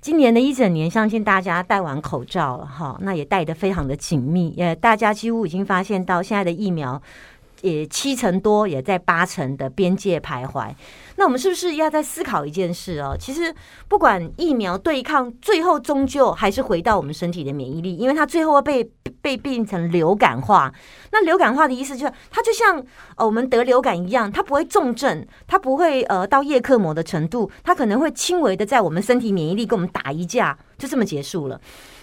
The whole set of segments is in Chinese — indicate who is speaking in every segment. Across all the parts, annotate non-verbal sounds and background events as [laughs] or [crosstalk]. Speaker 1: 今年的一整年，相信大家戴完口罩了哈，那也戴得非常的紧密，呃，大家几乎已经发现到现在的疫苗也七成多，也在八成的边界徘徊。那我们是不是要再思考一件事哦？其实不管疫苗对抗，最后终究还是回到我们身体的免疫力，因为它最后会被被变成流感化。那流感化的意思就是，它就像呃我们得流感一样，它不会重症，它不会呃到叶克膜的程度，它可能会轻微的在我们身体免疫力跟我们打一架，就这么结束了。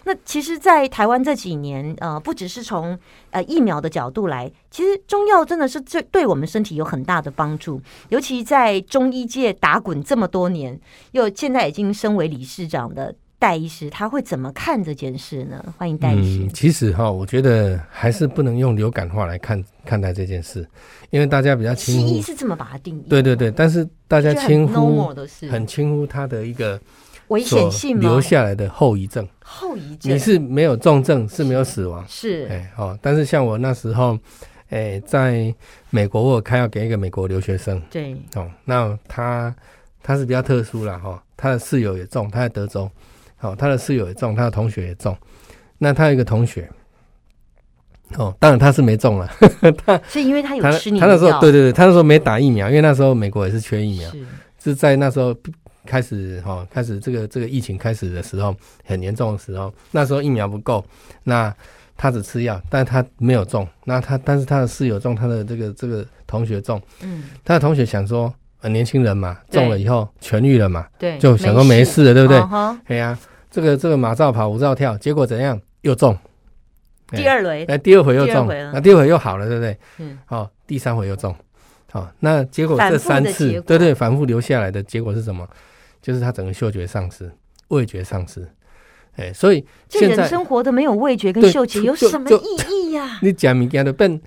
Speaker 1: 那其实，在台湾这几年，呃，不只是从呃疫苗的角度来，其实中药真的是最对我们身体有很大的帮助。尤其在中医界打滚这么多年，又现在已经身为理事长的戴医师，他会怎么看这件事呢？欢迎戴医师。
Speaker 2: 嗯，其实哈，我觉得还是不能用流感化来看看待这件事，因为大家比较
Speaker 1: 西
Speaker 2: 轻
Speaker 1: 医
Speaker 2: 忽，
Speaker 1: 是这么把它定义，
Speaker 2: 对对对，但是大家
Speaker 1: 就很
Speaker 2: 轻忽
Speaker 1: normal 的是
Speaker 2: 很轻忽它的一个
Speaker 1: 危
Speaker 2: 所
Speaker 1: 险性吗
Speaker 2: 留？下来的后遗症。
Speaker 1: 后遗症
Speaker 2: 你是没有重症，是没有死亡，
Speaker 1: 是
Speaker 2: 哎，好、但是像我那时候，哎，在美国，我有开药给一个美国留学生，
Speaker 1: 对
Speaker 2: 哦，那他他是比较特殊啦，哈、他的室友也中，他在德州，哦，他的室友也中，他的同学也中，那他有一个同学，哦，当然他是没中了，
Speaker 1: 所以因为他有
Speaker 2: 他
Speaker 1: 吃你
Speaker 2: 他
Speaker 1: 的
Speaker 2: 那时
Speaker 1: 药，
Speaker 2: 候对对啊对，他那时候没打疫苗，因为那时候美国也是缺疫苗，
Speaker 1: 是
Speaker 2: 是在那时候开始哈、哦，开始这个这个疫情开始的时候很严重的时候，那时候疫苗不够，那他只吃药，但他没有中，那他但是他的室友中，他的这个这个同学中，
Speaker 1: 嗯
Speaker 2: 他的同学想说，呃，年轻人嘛，
Speaker 1: 对
Speaker 2: 中了以后痊愈了嘛，
Speaker 1: 对，
Speaker 2: 就想说没事了，对不对？
Speaker 1: 嗯哼
Speaker 2: 哎呀、这个这个马照跑，舞照跳，结果怎样？又中，哎
Speaker 1: 第二轮
Speaker 2: 那第二回又
Speaker 1: 第二
Speaker 2: 中，
Speaker 1: 回了
Speaker 2: 那第二回又好了，对不对？
Speaker 1: 嗯，
Speaker 2: 哦，第三回又中，好、那结果
Speaker 1: 反复
Speaker 2: 这
Speaker 1: 的
Speaker 2: 三次
Speaker 1: 结，果
Speaker 2: 对对，反复留下来的结果是什么？就是他整个嗅觉丧失、味觉丧失，哎，所以
Speaker 1: 这
Speaker 2: 现
Speaker 1: 人
Speaker 2: 在
Speaker 1: 生活的没有味觉跟
Speaker 2: 对
Speaker 1: 嗅觉有
Speaker 2: 就
Speaker 1: 什么
Speaker 2: 就
Speaker 1: 意义呀、
Speaker 2: 你讲物件都变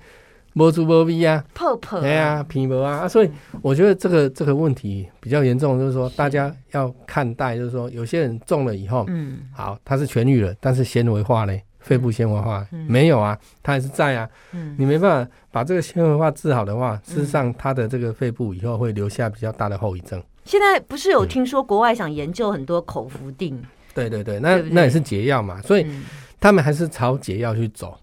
Speaker 2: 无滋无味啊，
Speaker 1: 泡泡，
Speaker 2: 哎呀、，皮薄啊，啊所以我觉得这个这个问题比较严重，就是说大家要看待，就是说有些人中了以后，
Speaker 1: 嗯
Speaker 2: 好，他是痊愈了，但是纤维化嘞，肺部纤维化、
Speaker 1: 嗯
Speaker 2: 没有啊，他还是在啊。
Speaker 1: 嗯，
Speaker 2: 你没办法把这个纤维化治好的话，
Speaker 1: 嗯
Speaker 2: 事实上他的这个肺部以后会留下比较大的后遗症。
Speaker 1: 现在不是有听说国外想研究很多口服定，
Speaker 2: 对对对，那
Speaker 1: 对不对
Speaker 2: 那也是解药嘛，所以
Speaker 1: 嗯
Speaker 2: 他们还是朝解药去走。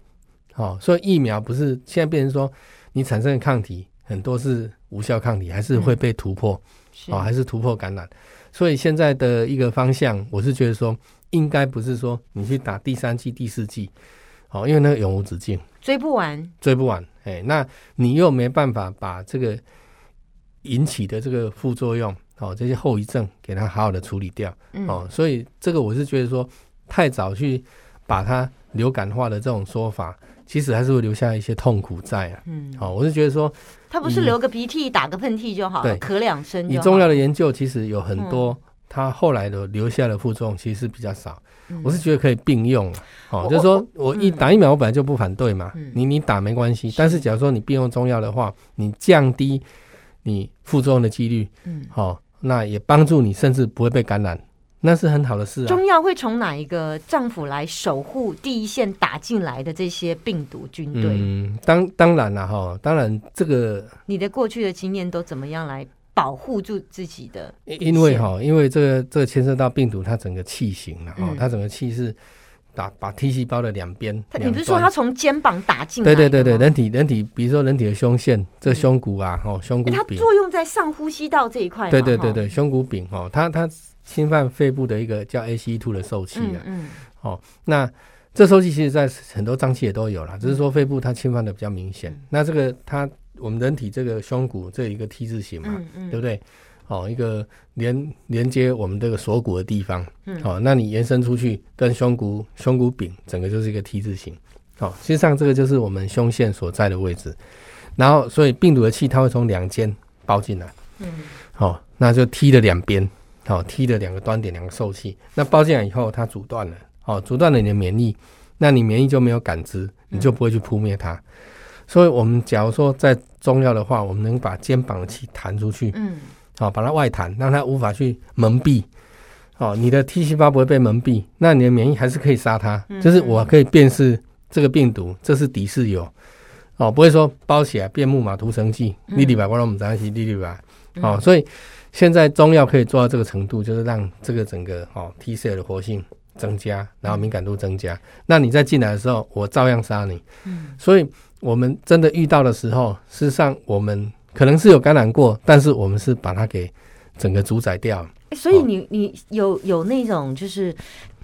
Speaker 2: 哦，所以疫苗不是现在变成说你产生的抗体很多是无效抗体，还
Speaker 1: 嗯
Speaker 2: 是会被突破。
Speaker 1: 是
Speaker 2: 哦，还是突破感染。所以现在的一个方向，我是觉得说，应该不是说你去打第三剂、第四剂，哦，因为那个永无止境，
Speaker 1: 追不完，
Speaker 2: 追不完。哎，那你又没办法把这个引起的这个副作用，哦，这些后遗症给它好好的处理掉，
Speaker 1: 嗯，
Speaker 2: 哦，所以这个我是觉得说，太早去把它流感化的这种说法，其实还是会留下一些痛苦在啊。
Speaker 1: 嗯，
Speaker 2: 哦，我是觉得说，
Speaker 1: 他不是
Speaker 2: 以
Speaker 1: 流个鼻涕、打个喷嚏就好了，
Speaker 2: 嗯
Speaker 1: 嗯
Speaker 2: 对
Speaker 1: 咳两声
Speaker 2: 以
Speaker 1: 就
Speaker 2: 中
Speaker 1: 好
Speaker 2: 药的研究，其实有很多，它后来的留下的副作用其实是比较少。
Speaker 1: 嗯
Speaker 2: 我是觉得可以并用了，哦
Speaker 1: 我，
Speaker 2: 就是说我一
Speaker 1: 嗯
Speaker 2: 打疫苗，我本来就不反对嘛
Speaker 1: 嗯，
Speaker 2: 你你打没关系。
Speaker 1: 是
Speaker 2: 但是假如说你并用中药的话，你降低你副作用的几率，
Speaker 1: 嗯，
Speaker 2: 哦，那也帮助你，甚至不会被感染，那是很好的事啊。
Speaker 1: 中药会从哪一个脏腑来守护第一线打进来的这些病毒军队？
Speaker 2: 嗯，当当然了哈，当然这个
Speaker 1: 你的过去的经验都怎么样来保护住自己的？
Speaker 2: 因因为哈，因为这个这个牵涉到病毒它整个气型了哈
Speaker 1: 嗯，
Speaker 2: 它整个气是打把 T 细胞的两边，
Speaker 1: 他你
Speaker 2: 两
Speaker 1: 不是说
Speaker 2: 端
Speaker 1: 他从肩膀打进来
Speaker 2: 对
Speaker 1: 的吗？嗯
Speaker 2: 对对对，人体人体，比如说人体的胸腺，这胸骨啊，哦，胸骨
Speaker 1: 欸它
Speaker 2: 柄，
Speaker 1: 作用在上呼吸道这一块嘛。
Speaker 2: 对对对
Speaker 1: 哈，
Speaker 2: 对，胸骨柄哦，它它侵犯肺部的一个叫 ACE2 的受气
Speaker 1: 嗯
Speaker 2: 啊。
Speaker 1: 嗯，
Speaker 2: 那这受气其实在很多脏器也都有啦，只是说肺部它侵犯的比较明显
Speaker 1: 嗯。
Speaker 2: 那这个它我们人体这个胸骨这一个 T 字形嘛，
Speaker 1: 嗯嗯，
Speaker 2: 对不对？哦，一个连连接我们这个锁骨的地方，
Speaker 1: 嗯
Speaker 2: 哦，那你延伸出去跟胸骨胸骨柄整个就是一个 T 字形，哦，实际上这个就是我们胸腺所在的位置，然后所以病毒的气它会从两间包进来，
Speaker 1: 嗯，
Speaker 2: 哦，那就 T 的两边，哦，T 的两个端点两个受气，那包进来以后它阻断了，哦，阻断了你的免疫，那你免疫就没有感知，你
Speaker 1: 嗯
Speaker 2: 就不会去扑灭它，所以我们假如说在中药的话，我们能把肩膀的气弹出去，
Speaker 1: 嗯
Speaker 2: 好、哦把它外弹，让它无法去蒙蔽。哦，你的 T 细胞不会被蒙蔽，那你的免疫还是可以杀它。
Speaker 1: 嗯
Speaker 2: 就是我可以辨识这个病毒，这是敌视友，哦，不会说包起来变木马屠城记，
Speaker 1: 嗯
Speaker 2: 你礼拜我让我们在一起，你礼拜。
Speaker 1: 嗯
Speaker 2: 哦，所以现在中药可以做到这个程度，就是让这个整个哦 T 细胞的活性增加，然后敏感度增加。那你再进来的时候，我照样杀你。嗯，所以我们真的遇到的时候，事实上我们可能是有感染过，但是我们是把它给整个主宰掉了。
Speaker 1: 诶所以你你有有那种就是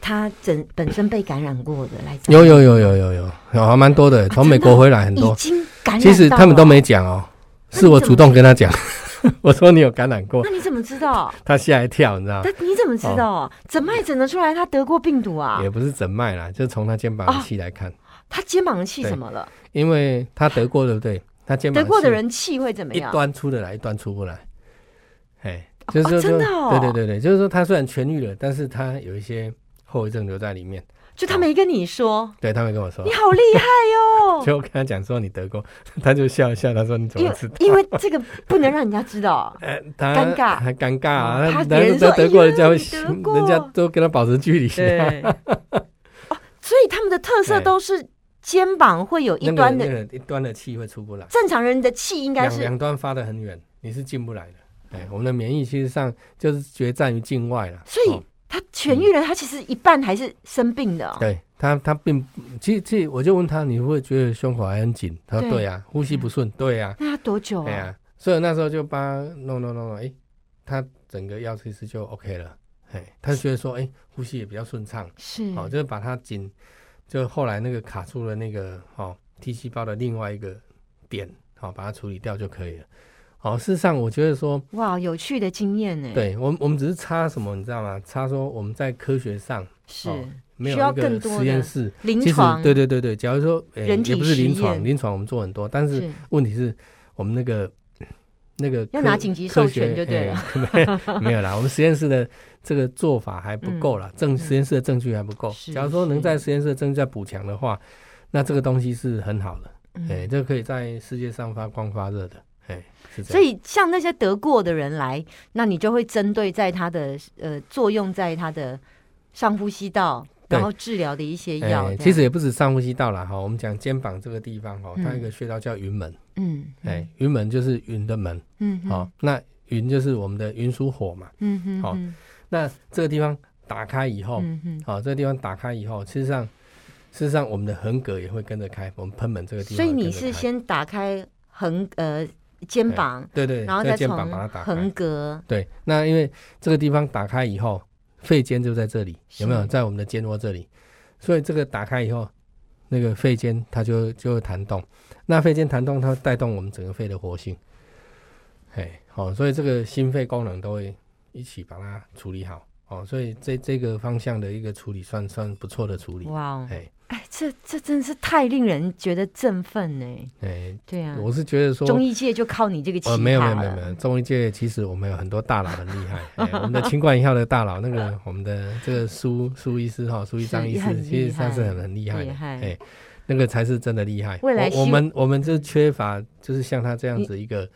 Speaker 1: 他整本身被感染过的来找
Speaker 2: 有有有有有有有还蛮多的，从美国回来很
Speaker 1: 你，
Speaker 2: 多
Speaker 1: 已。经感染
Speaker 2: 其实
Speaker 1: 到
Speaker 2: 他们都
Speaker 1: 了。
Speaker 2: 没讲哦，
Speaker 1: 那
Speaker 2: 是
Speaker 1: 你
Speaker 2: 我
Speaker 1: 怎
Speaker 2: 主
Speaker 1: 么
Speaker 2: 动跟他讲， [laughs] 我说你有啊感染过，
Speaker 1: 那你怎么知道？
Speaker 2: 他吓一跳，你知道吗？
Speaker 1: 但你怎么知道？
Speaker 2: 啊
Speaker 1: 诊脉诊得出来他得过病毒啊？
Speaker 2: 也不是诊脉啦，就从他肩膀
Speaker 1: 啊
Speaker 2: 的气来看，
Speaker 1: 他肩膀的气怎么了？
Speaker 2: 因为他得过，对不对？他肩膀
Speaker 1: 得过的
Speaker 2: 气
Speaker 1: 人气会怎么
Speaker 2: 一
Speaker 1: 样？
Speaker 2: 端出得来，一端出不来，哎，
Speaker 1: 哦
Speaker 2: 就是说，
Speaker 1: 真的哦
Speaker 2: 对对对对，就是说他虽然痊愈了，但是他有一些后遗症留在里面。
Speaker 1: 就他没跟你说，
Speaker 2: 对他们跟我说
Speaker 1: 你，好厉害哟、
Speaker 2: 就我跟他讲说你得过， [laughs] 他就笑一笑，他说你怎
Speaker 1: 因为
Speaker 2: 么知道？，
Speaker 1: [laughs] 因为这个不能让人家知道
Speaker 2: 呃，他
Speaker 1: 尴尬
Speaker 2: 还尴尬
Speaker 1: 嗯
Speaker 2: 啊！
Speaker 1: 怕
Speaker 2: 他
Speaker 1: 别人
Speaker 2: 他
Speaker 1: 说
Speaker 2: 得过
Speaker 1: 哎呀
Speaker 2: 人家会
Speaker 1: 你得过
Speaker 2: 人家都跟他保持距离啊。
Speaker 1: [laughs] 哦，所以他们的特色
Speaker 2: 对
Speaker 1: 都是肩膀会有一
Speaker 2: 那
Speaker 1: 端
Speaker 2: 个
Speaker 1: 的，
Speaker 2: 那个一端的气会出不来，
Speaker 1: 正常人的气应该
Speaker 2: 两
Speaker 1: 是嗯
Speaker 2: 两端发得很远，你是进不来的。哎，我们的免疫其实上就是决战于境外了。
Speaker 1: 所以
Speaker 2: 哦
Speaker 1: 他痊愈了，他其实一半还是生病的哦、
Speaker 2: 对他，他并其实其实我就问他，你会不会觉得胸口还很紧？他
Speaker 1: 对
Speaker 2: 说
Speaker 1: 嗯
Speaker 2: 对呀、呼吸不顺，对呀、
Speaker 1: 那要多久
Speaker 2: 对呀、
Speaker 1: 啊？
Speaker 2: 所以那时候就帮他弄弄弄弄，哎，他整个药其实就 OK 了。哎，他就觉得说，哎，呼吸也比较顺畅。
Speaker 1: 是，
Speaker 2: 哦，就是把它紧，就后来那个卡住了那个哦 T 细胞的另外一个点，好、把它处理掉就可以了。哦，事实上我觉得说，
Speaker 1: 哇，有趣的经验呢。，
Speaker 2: 对我们我们只是差什么，你知道吗？差说我们在科学上
Speaker 1: 是、
Speaker 2: 哦没
Speaker 1: 需要
Speaker 2: 有一
Speaker 1: 更
Speaker 2: 个
Speaker 1: 多的
Speaker 2: 实验室，
Speaker 1: 临
Speaker 2: 其实
Speaker 1: 床，
Speaker 2: 对对对对，假如说、呃
Speaker 1: 人体
Speaker 2: 也不是临
Speaker 1: 实
Speaker 2: 床，
Speaker 1: 验
Speaker 2: 临床我们做很多，但是
Speaker 1: 是
Speaker 2: 问题是我们那个。那个
Speaker 1: 要
Speaker 2: 科
Speaker 1: 拿紧急
Speaker 2: 科
Speaker 1: 授
Speaker 2: 学
Speaker 1: 权就对了
Speaker 2: 哎 [laughs] 没有啦，我们实验室的这个做法还不够啦，证实验室的证据还不够
Speaker 1: 嗯是。
Speaker 2: 假如说能
Speaker 1: 是
Speaker 2: 在实验室的证据再补强的话，那这个东西是很好的，
Speaker 1: 嗯
Speaker 2: 哎，这个可以在世界上发光发热的，哎，是这
Speaker 1: 所
Speaker 2: 样。
Speaker 1: 以像那些得过的人来，那你就会针对在他的呃作用在他的上呼吸道，
Speaker 2: 对
Speaker 1: 然后治疗的一些药。这样
Speaker 2: 哎其实也不止上呼吸道啦，哈，我们讲肩膀这个地方哈，
Speaker 1: 嗯
Speaker 2: 它有一个穴道叫云门，
Speaker 1: 嗯，嗯
Speaker 2: 哎，，云门就是云的门，
Speaker 1: 嗯哼
Speaker 2: 好，，那云就是我们的云属火嘛，
Speaker 1: 嗯哼，
Speaker 2: 好
Speaker 1: 嗯
Speaker 2: 那这个地方打开以后，
Speaker 1: 嗯哼，
Speaker 2: 好，这个地方打开以后，事实上，事实上我们的横膈也会跟着开，我们喷门这个地方
Speaker 1: 所
Speaker 2: 也
Speaker 1: 以
Speaker 2: 跟着
Speaker 1: 你
Speaker 2: 开。
Speaker 1: 是先打开横呃肩膀，
Speaker 2: 对对，
Speaker 1: 然后
Speaker 2: 这
Speaker 1: 再
Speaker 2: 个肩
Speaker 1: 从
Speaker 2: 膀把它打
Speaker 1: 横
Speaker 2: 开。
Speaker 1: 膈，
Speaker 2: 对，那因为这个地方打开以后，肺尖就在这里，有没有
Speaker 1: 是
Speaker 2: 在我们的肩窝这里？所以这个打开以后，那个肺尖它就就会弹动，那肺尖弹动，它会带动我们整个肺的活性。哎，好、所以这个心肺功能都会一起把它处理好。哦，所以这这个方向的一个处理算算不错的处理。
Speaker 1: 哇哦，
Speaker 2: 哎
Speaker 1: 哎，这这真是太令人觉得振奋呢。
Speaker 2: 哎，
Speaker 1: 对啊，
Speaker 2: 我是觉得说，
Speaker 1: 中医界就靠你这个奇葩
Speaker 2: 呃，
Speaker 1: 了。
Speaker 2: 没有没有没有没有，中医界其实我们有很多大佬
Speaker 1: [laughs]
Speaker 2: 很厉害，哎我们的清冠一号的大佬，那个我们的这个苏苏医师哈，苏一章医
Speaker 1: 是也很
Speaker 2: 师，
Speaker 1: 厉害
Speaker 2: 其实算是很很厉害
Speaker 1: 厉
Speaker 2: 的，
Speaker 1: 害
Speaker 2: 哎，那个才是真的厉害。
Speaker 1: 未来
Speaker 2: 我我
Speaker 1: 希嗯
Speaker 2: 们我们就缺乏就是像他这样子一个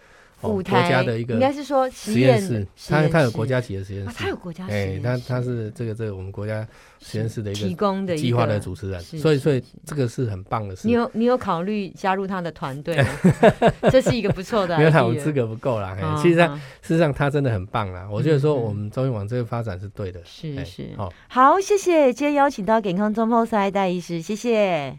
Speaker 2: 哦
Speaker 1: 舞
Speaker 2: 国
Speaker 1: 台
Speaker 2: 家的一
Speaker 1: 应该
Speaker 2: 个
Speaker 1: 是说
Speaker 2: 实
Speaker 1: 实
Speaker 2: 验
Speaker 1: 验
Speaker 2: 室，
Speaker 1: 实
Speaker 2: 他
Speaker 1: 验
Speaker 2: 他有
Speaker 1: 室
Speaker 2: 国家级的实验
Speaker 1: 啊，他
Speaker 2: 室
Speaker 1: 有，国家实
Speaker 2: 哎
Speaker 1: 验，
Speaker 2: 他
Speaker 1: 室
Speaker 2: 他是这个这个我们国家实验室的一
Speaker 1: 提
Speaker 2: 个
Speaker 1: 供的一个
Speaker 2: 计划的主持人，
Speaker 1: 是
Speaker 2: 所以
Speaker 1: 是
Speaker 2: 所以
Speaker 1: 是
Speaker 2: 这个是很棒的事
Speaker 1: 你。有你有考虑加入他的团队
Speaker 2: [laughs]
Speaker 1: 吗？这是一个不错的 idea，
Speaker 2: 没有他，我资格不够啦。
Speaker 1: 嗯
Speaker 2: 哎，其实他
Speaker 1: 嗯
Speaker 2: 事实上他真的很棒啦，我觉得说
Speaker 1: 嗯嗯
Speaker 2: 我们中医往这个发展是对的。
Speaker 1: 是
Speaker 2: 哎
Speaker 1: 是
Speaker 2: 好。
Speaker 1: 好，谢谢今天邀请到健康中破赛戴医师，谢谢。